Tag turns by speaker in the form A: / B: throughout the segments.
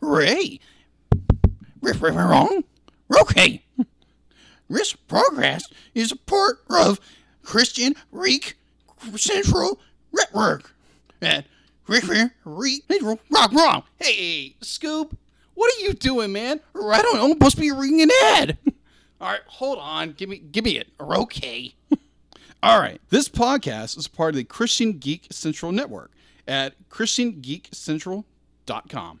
A: Ray. Riff, riff, wrong. Okay. Risk Progress is a part of Christian Reek Central Network. At Rick Reek Central Rock Wrong. Hey, Scoop, what are you doing, man? Or I don't know. I'm supposed to be reading an ad. All right, hold on. Give me, give me it. Or Okay. All right. This podcast is part of the Christian Geek Central Network at ChristianGeekCentral.com.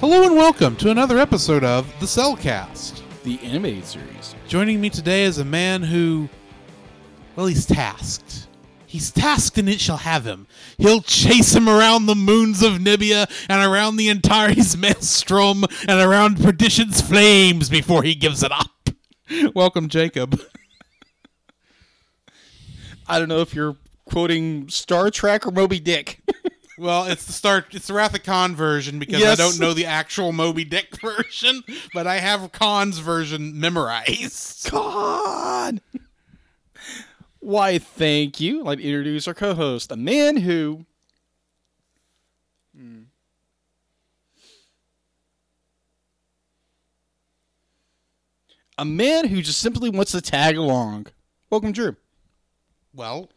B: Hello and welcome to another episode of The Cellcast.
A: The animated series.
B: Joining me today is a man who, well, he's tasked. He's tasked and it shall have him. He'll chase him around the moons of Nibia and around the Antares maelstrom and around perdition's flames before he gives it up. Welcome, Jacob.
A: I don't know if you're quoting Star Trek or Moby Dick.
B: Well, it's the start. It's the Wrath of Khan version because
A: Yes.
B: I don't know the actual Moby Dick version, but I have Khan's version memorized.
A: God. Why, thank you. I'd like to introduce our co host, a man who. A man who just simply wants to tag along. Welcome, Drew.
B: Well,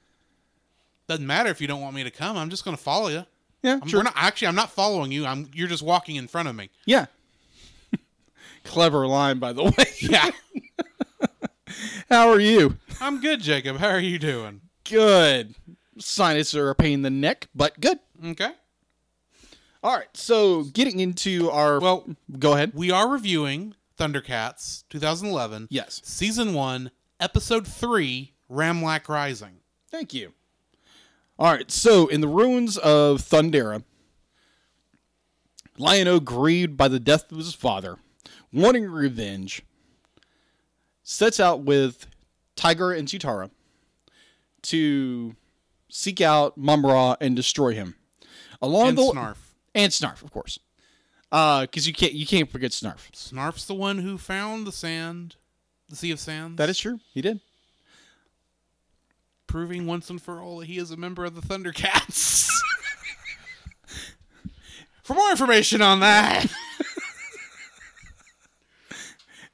B: doesn't matter if you don't want me to come. I'm just going to follow you.
A: Yeah,
B: I'm,
A: sure.
B: we're not, actually, I'm not following you. I'm you're just walking in front of me.
A: yeah. Clever line, by the way.
B: Yeah,
A: How are you?
B: I'm good, Jacob. How are you doing?
A: Good. Sinuses are a pain in the neck, but good.
B: Okay.
A: All right, so getting into our.
B: Well,
A: go ahead.
B: we are reviewing Thundercats 2011.
A: Yes.
B: season one, episode three, Ramlack Rising.
A: Thank you. All right, so in the ruins of Thundera, Lion-O, grieved by the death of his father, wanting revenge, sets out with Tiger and Chitara to seek out Mumra and destroy him. Along
B: And
A: the
B: Snarf.
A: and Snarf, of course, because you can't you can't forget Snarf.
B: Snarf's the one who found the sand, the sea of sands.
A: That is true. He did.
B: proving once and for all that he is a member of the Thundercats. for more information on that,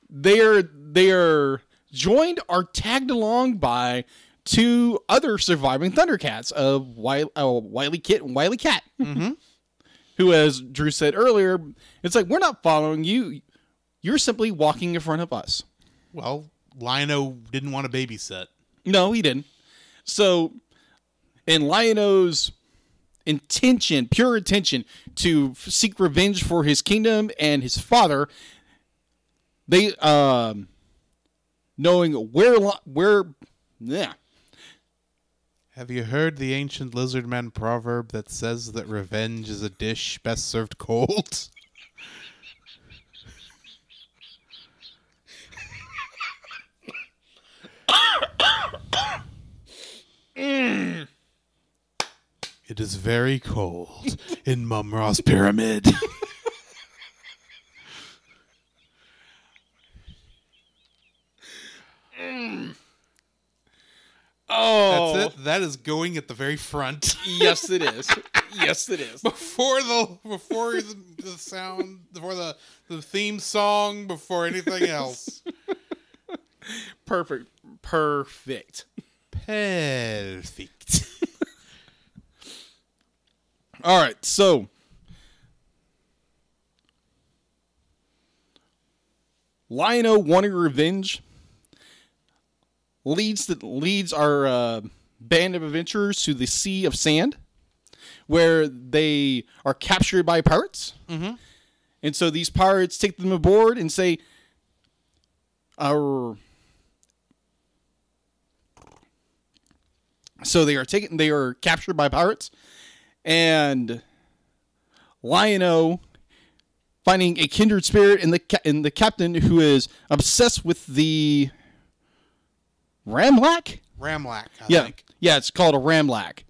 A: they are they are joined or tagged along by two other surviving Thundercats of Wiley, uh, Wiley Kit and Wiley Cat,
B: Mhm.
A: who, as Drew said earlier, it's like we're not following you; you're simply walking in front of us.
B: well, Lino didn't want to babysit.
A: No, he didn't. So, in Liono's intention, pure intention to f- seek revenge for his kingdom and his father, they um knowing where Li- where yeah.
B: Have you heard the ancient lizard man proverb that says that revenge is a dish best served cold? It is very cold in Mumra's pyramid.
A: Oh,
B: That's it. That is going at the very front.
A: yes it is. yes it is.
B: before the before the, the sound before the the theme song before anything else
A: Perfect. Perfect.
B: perfect
A: All right, so Lino wanting revenge leads the, leads our uh, band of adventurers to the Sea of Sand, where they are captured by pirates. Mm-hmm. And so these pirates take them aboard and say, "Our So they are taken. They are captured by pirates, and Lion-O, finding a kindred spirit in the ca- in the captain who is obsessed with the Ramlack.
B: Ramlack, I
A: Yeah,
B: think.
A: yeah, it's called a Ramlack,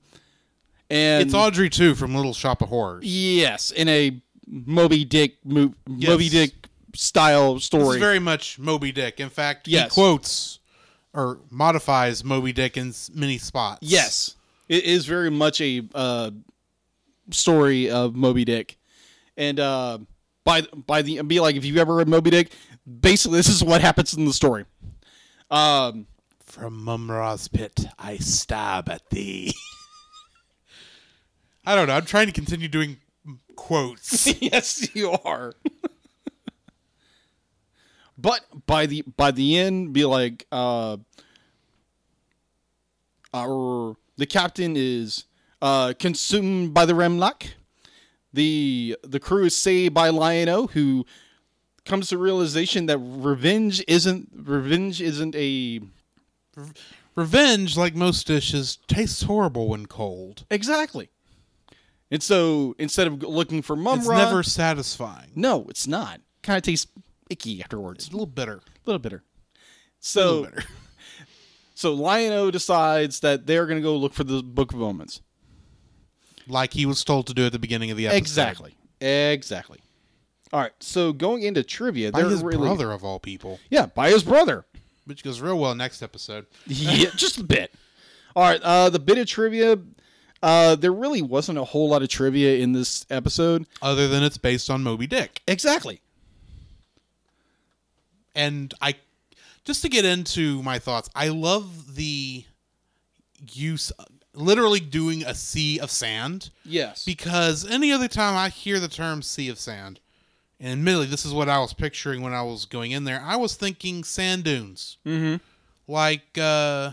A: and
B: It's Audrey too from Little Shop of Horrors.
A: yes, in a Moby Dick mo- Moby
B: Yes.
A: Dick style
B: This
A: story.
B: is very much Moby Dick. In fact,
A: Yes.
B: he quotes or modifies Moby Dick in s- many spots.
A: Yes, it is very much a uh, story of Moby Dick, and uh, by by the be like if you've ever read Moby Dick, basically this is what happens in the story. Um,
B: From Mumra's pit, I stab at thee. I don't know. I'm trying to continue doing quotes.
A: yes, you are. but by the by the end, be like, uh, our the captain is uh, consumed by the Remlock. The the crew is saved by Lion-O, who comes to realization that revenge isn't revenge isn't a
B: Revenge, like most dishes, tastes horrible when cold.
A: exactly. And so instead of looking for Mumra,
B: It's never satisfying.
A: no, it's not. Kind of tastes icky afterwards.
B: It's a little bitter.
A: A little bitter. So, so Lion-O decides that they're going to go look for the Book of Omens.
B: Like he was told to do at the beginning of the episode.
A: Exactly. All right. So going into trivia,
B: By
A: they're
B: his
A: really
B: brother of all people,
A: yeah by his brother.
B: which goes real well next episode.
A: yeah, just a bit. All right. Uh, the bit of trivia. Uh, there really wasn't a whole lot of trivia in this episode.
B: Other than it's based on Moby Dick.
A: Exactly.
B: and I just to get into my thoughts, I love the use literally doing a sea of sand
A: Yes.
B: because any other time I hear the term sea of sand, and admittedly this is what I was picturing when I was going in there, I was thinking sand dunes. Mm-hmm. Like uh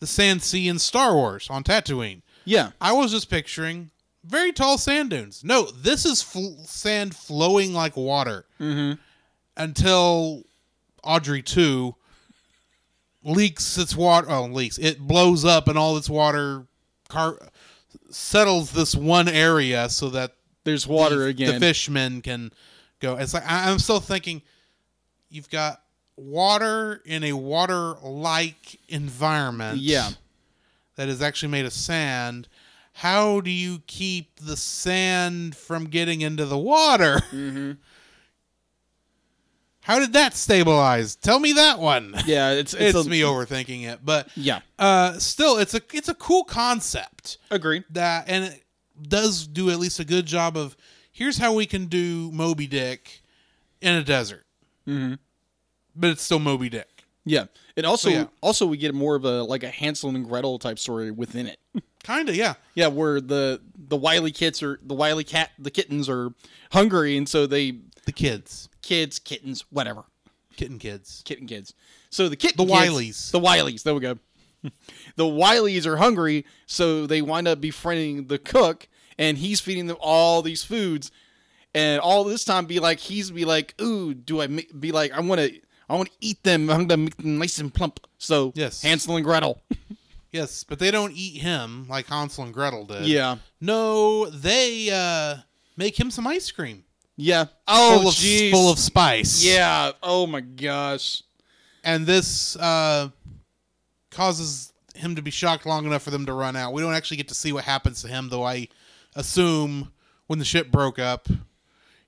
B: the sand sea in Star Wars on Tatooine.
A: yeah.
B: I was just picturing very tall sand dunes. No, this is fl- sand flowing like water. Mm-hmm. Until Audrey two leaks its water. Oh, leaks! It blows up, and all its water car settles this one area so that
A: There's water again.
B: the fishmen can go. It's like I- I'm still thinking you've got water in a water like environment.
A: Yeah.
B: That is actually made of sand. How do you keep the sand from getting into the water?
A: Mm-hmm.
B: How did that stabilize? Tell me that one.
A: Yeah. It's
B: It's,
A: it's, a,
B: me overthinking it, but
A: Yeah.
B: uh, still, it's a it's a cool concept
A: Agreed.
B: that and it does do at least a good job of here's how we can do Moby Dick in a desert. Mm-hmm. But it's still Moby Dick.
A: Yeah. And also
B: yeah.
A: also we get more of a like a Hansel and Gretel type story within it.
B: Kinda, yeah.
A: Yeah, where the the wily kids are the wily cat the kittens are hungry, and so they
B: The kids.
A: kids kittens whatever
B: Kitten kids.
A: kitten kids. So the kitten
B: The
A: kids-
B: Wileys.
A: the wilies. There we go. the wilies are hungry, so they wind up befriending the cook, and he's feeding them all these foods, and all this time be like he's be like, ooh, do I mi- be like I want to I want to eat them. I'm gonna make them nice and plump. So
B: Yes.
A: Hansel and Gretel.
B: Yes, but they don't eat him like Hansel and Gretel did.
A: yeah.
B: No, they uh make him some ice cream.
A: Yeah. Oh,
B: full of
A: jeez.
B: full of spice.
A: Yeah. Oh my gosh.
B: And this uh causes him to be shocked long enough for them to run out. We don't actually get to see what happens to him, though I assume when the ship broke up,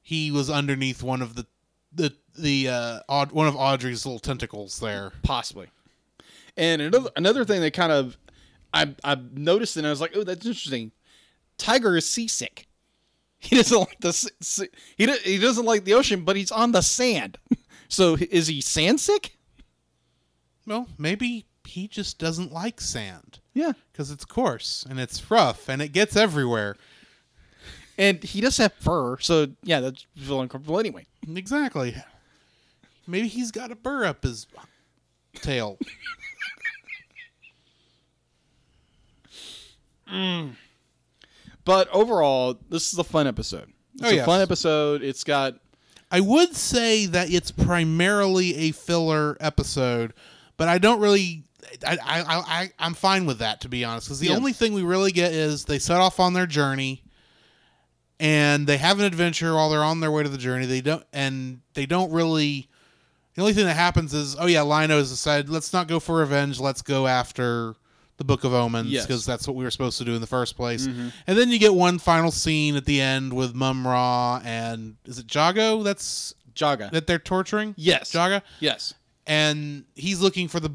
B: he was underneath one of the the the uh Aud- one of Audrey's little tentacles there.
A: Possibly. And another another thing that kind of I I noticed and I was like, oh, that's interesting. Tiger is seasick. He doesn't like the s- s- he do, he doesn't like the ocean, but he's on the sand. So is he sand sick?
B: Well, maybe he just doesn't like sand
A: Yeah.
B: because it's coarse and it's rough and it gets everywhere.
A: And he does have fur, so yeah, that's feel uncomfortable anyway.
B: Exactly. Maybe he's got a burr up his tail.
A: But overall, this is a fun episode. It's
B: Oh,
A: a
B: yes.
A: fun episode. It's got
B: I would say that it's primarily a filler episode, but I don't really I, I, I, I- I'm fine with that, to be honest, because the
A: Yeah.
B: only thing we really get is they set off on their journey, and they have an adventure while they're on their way to the journey. They don't, and they don't really. The only thing that happens is, oh yeah, Lino has decided let's not go for revenge, let's go after the Book of Omens
A: Yes. Mm-hmm.
B: because that's what we were supposed to do in the first place. And then you get one final scene at the end with Mum Ra and is it Jago? That's
A: Jaga.
B: that they're torturing.
A: yes.
B: Jaga
A: Yes.
B: and he's looking for the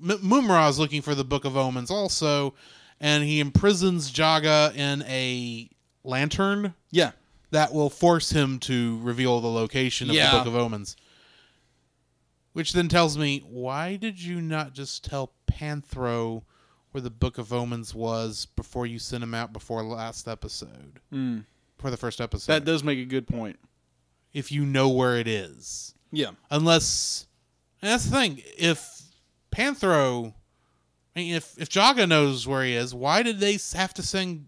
B: M- Mumra is looking for the Book of Omens also, and he imprisons Jaga in a lantern
A: Yeah.
B: that will force him to reveal the location of
A: Yeah.
B: the Book of Omens. Which then tells me, why did you not just tell Panthro where the Book of Omens was before you sent him out before last episode?
A: Mm.
B: Before the first episode.
A: That does make a good point.
B: if you know where it is
A: Yeah.
B: unless and that's the thing. If Panthro, I mean, if if Jaga knows where he is, why did they have to send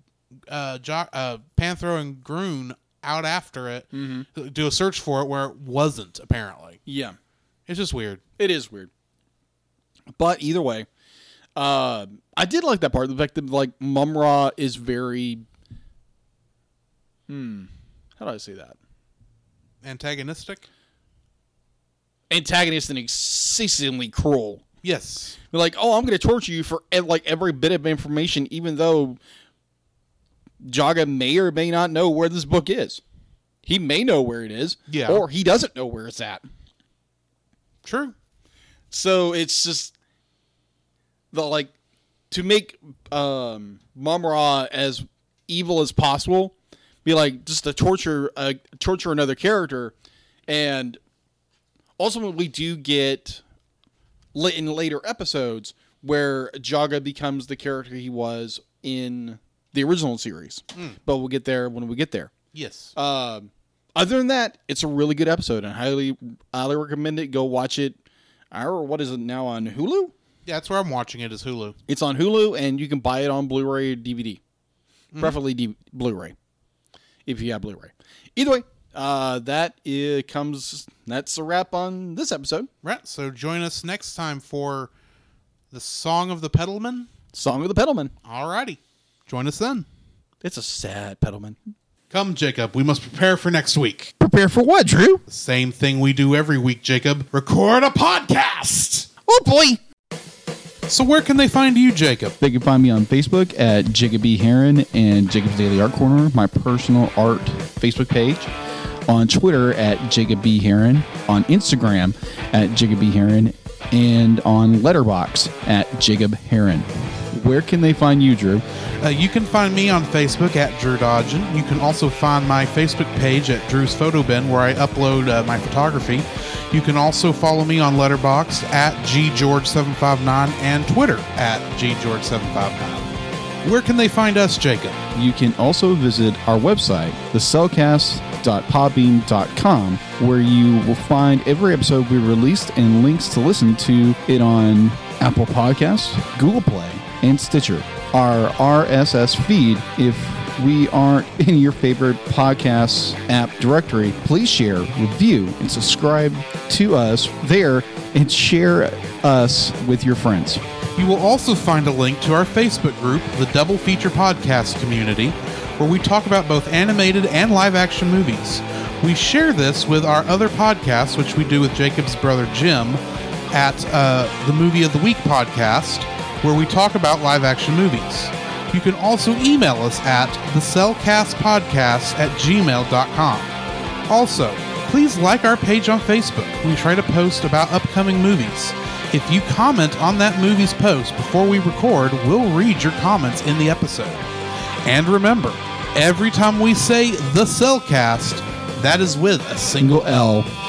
B: uh, ja- uh Panthro and Groon out after it,
A: Mm-hmm.
B: do a search for it where it wasn't apparently?
A: Yeah.
B: It's just weird.
A: It is weird. But either way, uh, I did like that part. The fact that like Mumra is very hmm. How do I say that?
B: Antagonistic.
A: Antagonist and exceedingly cruel.
B: Yes.
A: They're like, oh, I'm going to torture you for ev- like every bit of information, even though Jaga may or may not know where this book is. He may know where it is,
B: Yeah.
A: or he doesn't know where it's at.
B: True.
A: So it's just the like to make um Mumra as evil as possible, be like just to torture uh, torture another character, and ultimately do get lit in later episodes where Jaga becomes the character he was in the original series. But we'll get there when we get there.
B: Yes. Uh,
A: Um, other than that, it's a really good episode and highly highly recommend it. Go watch it. Or what is it now on Hulu?
B: yeah, that's where I'm watching it is Hulu.
A: It's on Hulu and you can buy it on Blu-ray or DVD,
C: Mm-hmm.
A: preferably D- Blu-ray, if you have Blu-ray. Either way, uh, that uh, comes. That's a wrap on this episode.
B: Right. So join us next time for the Song of the Pedalman.
A: Song of the Pedalman.
B: Alrighty. Join us then.
A: It's a sad Pedalman.
B: Come, Jacob. We must prepare for next week.
C: Prepare for what, Drew?
B: The same thing we do every week, Jacob. Record a podcast.
C: Oh boy.
B: So where can they find you, Jacob?
A: They can find me on Facebook at Jacob B. Heron and Jacob's Daily Art Corner, my personal art Facebook page. On Twitter at Jacob B. Heron, on Instagram at Jacob B. Heron, and on Letterbox at Jacob Heron. Where can they find you, Drew?
B: Uh, you can find me on Facebook at Drew Dodgen. You can also find my Facebook page at Drew's Photo Bin, where I upload uh, my photography. You can also follow me on Letterboxd at ggeorge759 and Twitter at ggeorge759. Where can they find us, Jacob?
D: You can also visit our website, thecellcast.podbean.com, where you will find every episode we released and links to listen to it on Apple Podcasts, Google Play, and Stitcher. Our RSS feed, if we aren't in your favorite podcast app directory, please share, review, and subscribe to us there and share us with your friends.
B: You will also find a link to our Facebook group, the Double Feature Podcast Community, where we talk about both animated and live action movies. We share this with our other podcasts, which we do with Jacob's brother Jim at uh, the Movie of the Week podcast, where we talk about live action movies. You can also email us at thecellcastpodcast at gmail.com. Also, please like our page on Facebook. We try to post about upcoming movies. If you comment on that movie's post before we record, we'll read your comments in the episode. And remember, every time we say the Cellcast, that is with a single
D: Single L.